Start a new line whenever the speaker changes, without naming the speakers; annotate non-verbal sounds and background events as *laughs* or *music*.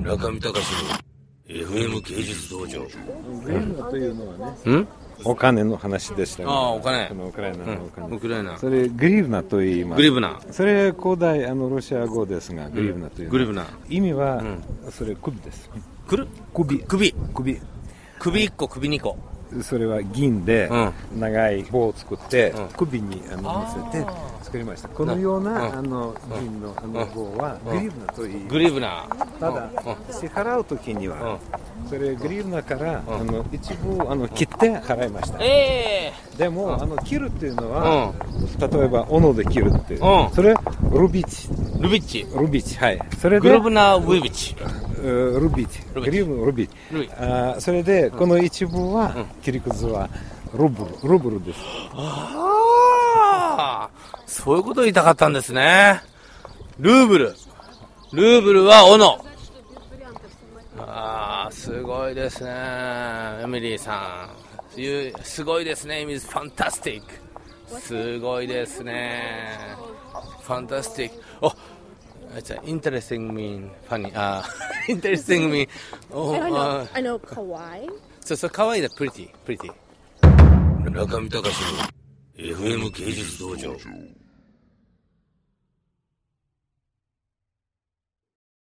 中見隆の FM 芸術道場。
というのはね、
ん
お金の話でした
ああ、お金
そ。のウクライナのお金。
ウクライナ。
それ、グリーブナと言います。
グリブナ。
それ、古代、あの、ロシア語ですが、グリーブナというのは。
グリブナ。
意味は、それ、首です。
くる
首
首。
首。
首1個、首2個。
それは銀で
う
長い棒を作って、
うん
首にあの見せて作りましたこのような、あの銀のあの棒は、グリーブナといい
グリブナ。
ただ、支払う時には、それグリーブナから、あの一部あの切って払いました、
ええ
でも、あの切るっていうのは、例えば斧で切るっていう、
うん
それルビッチ
ルビッチ。
ルビッチはいそれで
グリブナ・ウィビッチ。
うんルビッチ
ルビッチ
グリーブナルビッチ
ルビッチ
あーそれでこの一部は、切り崩はルブルルブルです
ああそういうことを言いたかったんですね。ルーブル。ルーブルは斧。ああ、すごいですね。エミリーさん。You- すごいですね。エミリー、ファンタスティック。すごいですね。ファンタスティック。おじゃインテレスティングミン、ファニー、 *laughs* あインテレスティングミン。お
I don't
あ
know. I know kawaii.
そうそう、可愛いだ、プリティ、プリティ。中見隆の FM 芸術道場。